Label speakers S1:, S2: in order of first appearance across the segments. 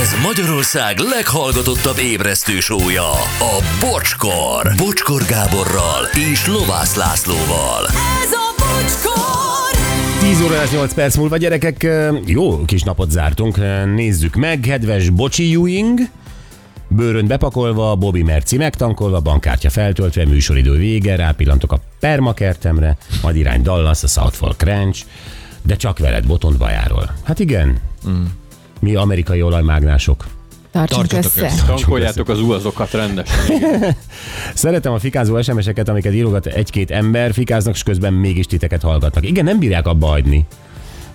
S1: Ez Magyarország leghallgatottabb ébresztő sója, a Bocskor. Bocskor Gáborral és Lovász Lászlóval.
S2: Ez a bocskor!
S3: 10 óra lesz 8 perc múlva, gyerekek. Jó kis napot zártunk. Nézzük meg. Kedves Bocsi Ewing, bőrön bepakolva, Bobby Merci megtankolva, bankkártya feltöltve, műsoridő vége, rápillantok a permakertemre, majd irány Dallas, a South Fork Ranch, de csak veled botondbajáról. Hát igen, mm. mi amerikai olajmágnások.
S4: Tartsunk,
S5: Tartsatok
S4: össze.
S5: össze.
S6: Tankoljátok az uazokat rendesen.
S3: Szeretem a fikázó SMS-eket, amiket írogat egy-két ember, fikáznak, és közben mégis titeket hallgatnak. Igen, nem bírják abba hagyni.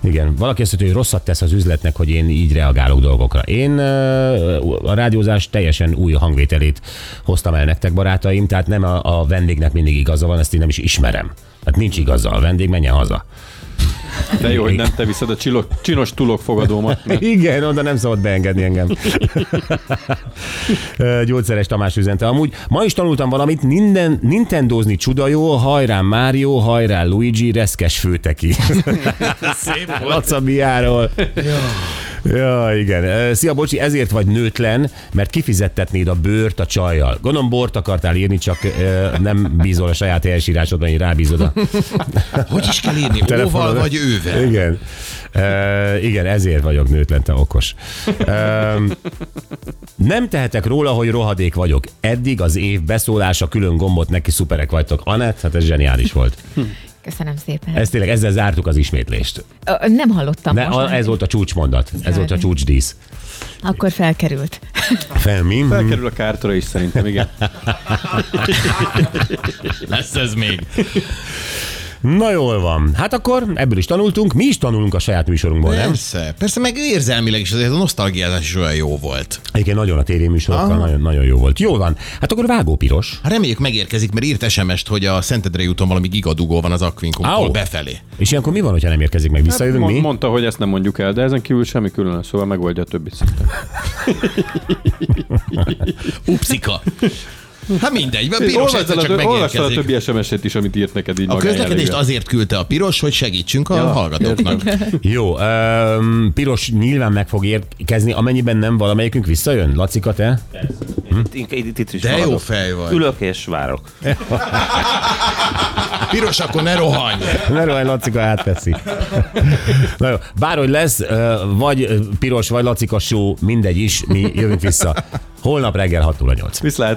S3: Igen, valaki azt mondja, hogy rosszat tesz az üzletnek, hogy én így reagálok dolgokra. Én ö, a rádiózás teljesen új hangvételét hoztam el nektek, barátaim, tehát nem a, a vendégnek mindig igaza van, ezt én nem is ismerem. Hát nincs igaza, a vendég menjen haza.
S6: De jó, hogy nem te viszed a csilog, csinos tulokfogadómat. Mert...
S3: Igen, oda nem szabad beengedni engem. Ö, Gyógyszeres Tamás üzente. Amúgy ma is tanultam valamit, minden, Nintendozni csuda jó, hajrá Mario, hajrá Luigi, reszkes főteki. Szép Lacabiáról. Ja, igen. Ö, Szia, bocsi, ezért vagy nőtlen, mert kifizettetnéd a bőrt a csajjal. Gondolom bort akartál írni, csak ö, nem bízol a saját helyesírásodban, hogy rábízod a
S5: Hogy is kell írni? Óval
S3: telefonodra.
S5: vagy ővel?
S3: Igen. Uh, igen, ezért vagyok nőtlen, te okos. Uh, nem tehetek róla, hogy rohadék vagyok. Eddig az év beszólása külön gombot neki szuperek vagytok. Anett, hát ez zseniális volt.
S4: Köszönöm szépen.
S3: Ez tényleg, ezzel zártuk az ismétlést.
S4: Ö, Nem hallottam
S3: Ne,
S4: most.
S3: a, ez volt a csúcsmondat, ez volt a csúcsdísz.
S4: Akkor felkerült.
S3: Fel mi?
S6: Elkerül a kártra is szerintem, igen. Hát,
S5: Lesz ez még.
S3: Na jól van. Hát akkor ebből is tanultunk. Mi is tanulunk a saját műsorunkból, nem?
S5: Persze, persze, meg érzelmileg is azért a nosztalgiázás is olyan jó volt.
S3: Egyébként nagyon a tévéműsorokkal nagyon, nagyon jó volt. Jól van. Hát akkor vágó piros.
S5: Hát reméljük megérkezik, mert írt SMS-t, hogy a Szentedre úton valami gigadugó van az
S3: Au.
S5: akvinkumtól befelé.
S3: És ilyenkor mi van, hogyha nem érkezik
S5: Hát
S3: meg? Visszajövünk
S6: Mond-
S3: mi?
S6: Mondta, hogy ezt nem mondjuk el, de ezen kívül semmi különös, szóval megoldja a többit szerintem.
S5: Upszika. Hát mindegy, a piros
S6: Olvasd
S5: egyszer
S6: el a
S5: csak
S6: tö- olvasd el a
S5: megérkezik.
S6: többi SMS-et is, amit írt neked így
S5: A közlekedést
S6: magájára.
S5: azért küldte a piros, hogy segítsünk a
S6: Ja,
S5: hallgatóknak.
S3: Jó, öm, piros nyilván meg fog érkezni, amennyiben nem valamelyikünk visszajön. Lacika, te?
S7: Itt, itt, itt is
S5: De
S7: maradok.
S5: jó fej vagy.
S7: Ülök és várok.
S5: Piros, akkor ne rohanj.
S3: Ne rohanj, Lacika átveszi. Na jó, bárhogy lesz, ö, vagy ö, piros, vagy Lacika show, mindegy is, mi jövünk vissza. Holnap reggel 6 óra 8.
S6: Viszlát!